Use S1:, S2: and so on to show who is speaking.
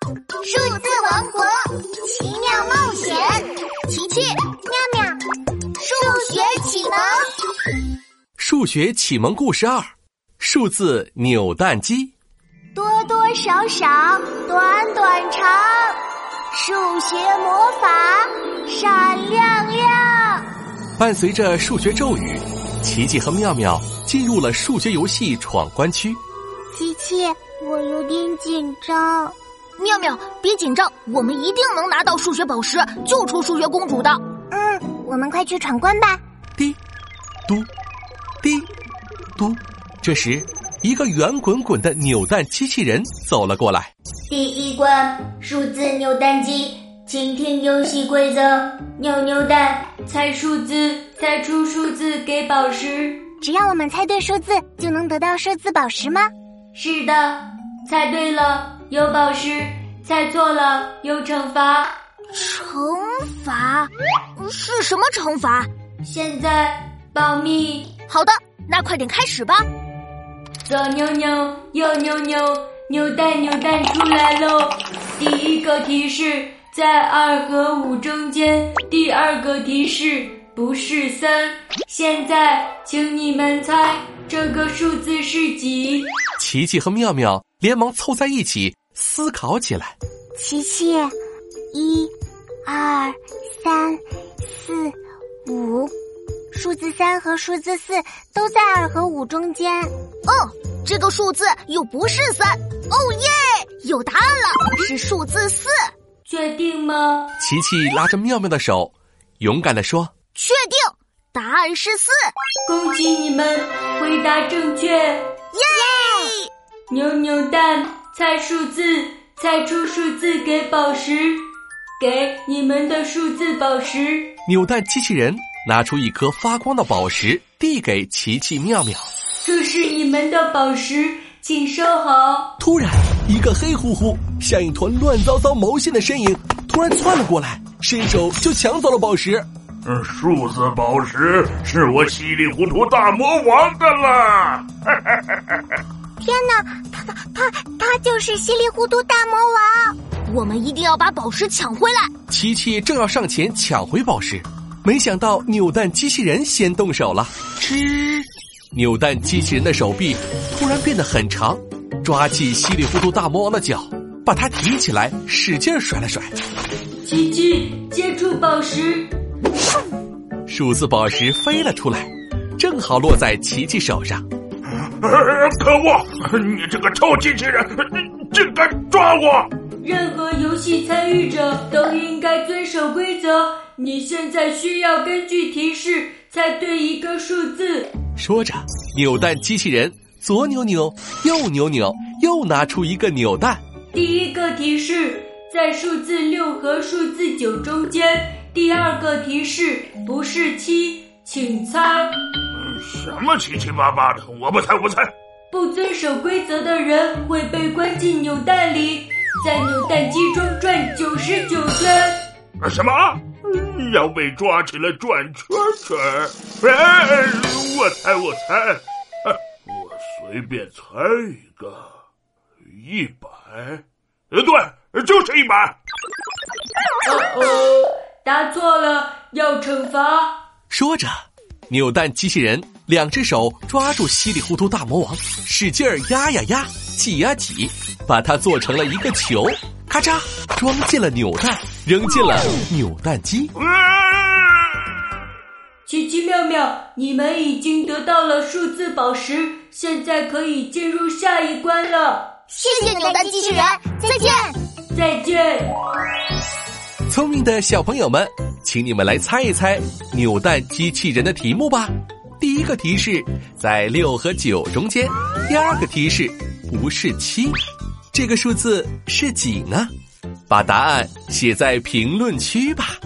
S1: 数字王国奇妙冒险，奇趣妙妙，数学启蒙。
S2: 数学启蒙故事二：数字扭蛋机。
S1: 多多少少，短短长，数学魔法闪亮亮。
S2: 伴随着数学咒语，奇奇和妙妙进入了数学游戏闯关区。
S3: 琪琪，我有点紧张。
S4: 妙妙，别紧张，我们一定能拿到数学宝石，救出数学公主的。
S3: 嗯，我们快去闯关吧。
S2: 滴，嘟，滴，嘟。这时，一个圆滚滚的扭蛋机器人走了过来。
S5: 第一关，数字扭蛋机，请听游戏规则：扭扭蛋，猜数字，猜出数字给宝石。
S3: 只要我们猜对数字，就能得到数字宝石吗？
S5: 是的，猜对了有宝石，猜错了有惩罚。
S4: 惩罚？嗯是什么惩罚？
S5: 现在保密。
S4: 好的，那快点开始吧。
S5: 左扭扭，右扭扭，扭蛋扭蛋出来喽！第一个提示在二和五中间，第二个提示不是三。现在，请你们猜这个数字是几？
S2: 琪琪和妙妙连忙凑在一起思考起来。
S3: 琪琪，一、二、三、四、五，数字三和数字四都在二和五中间。
S4: 哦，这个数字又不是三。哦耶，有答案了，是数字四。
S5: 确定吗？
S2: 琪琪拉着妙妙的手，勇敢地说
S4: 确定，答案是四。
S5: 恭喜你们回答正确。
S4: 耶！
S5: 扭扭蛋，猜数字，猜出数字给宝石，给你们的数字宝石。：“
S2: 扭蛋机器人拿出一颗发光的宝石，递给琪琪、妙妙。”
S5: 这是你们的宝石，请收好。
S2: 突然，一个黑乎乎、像一团乱糟糟毛线的身影突然窜了过来，伸手就抢走了宝石。
S6: 嗯，数字宝石是我稀里糊涂大魔王的啦！
S3: 天哪，他他他他就是稀里糊涂大魔王！
S4: 我们一定要把宝石抢回来。
S2: 琪琪正要上前抢回宝石，没想到扭蛋机器人先动手了。吱！扭蛋机器人的手臂突然变得很长，抓起稀里糊涂大魔王的脚，把他提起来，使劲甩了甩。
S5: 琪琪接住宝石，
S2: 数字宝石飞了出来，正好落在琪琪手上。
S6: 呃可恶，你这个臭机器人，你竟敢抓我！
S5: 任何游戏参与者都应该遵守规则。你现在需要根据提示猜对一个数字。
S2: 说着，扭蛋机器人左扭扭，右扭扭，又拿出一个扭蛋。
S5: 第一个提示在数字六和数字九中间，第二个提示不是七，请猜。
S6: 什么七七八八的，我不猜，我不猜。
S5: 不遵守规则的人会被关进扭蛋里，在扭蛋机中转九十九圈。
S6: 呃什么？嗯要被抓起来转圈圈儿？哎，我猜，我猜，呃我随便猜一个，一百。呃，对，就是一百。
S5: 哦，答错了要惩罚。
S2: 说着，扭蛋机器人两只手抓住稀里糊涂大魔王，使劲儿压呀压，挤呀挤，把它做成了一个球，咔嚓，装进了扭蛋，扔进了扭蛋机。
S6: 呃
S5: 奇奇妙妙，你们已经得到了数字宝石，现在可以进入下一关了。
S4: 谢谢扭蛋机器人，再见。
S5: 再见。
S2: 聪明的小朋友们，请你们来猜一猜扭蛋机器人的题目吧。第一个提示在六和九中间，第二个提示不是七，这个数字是几呢？把答案写在评论区吧。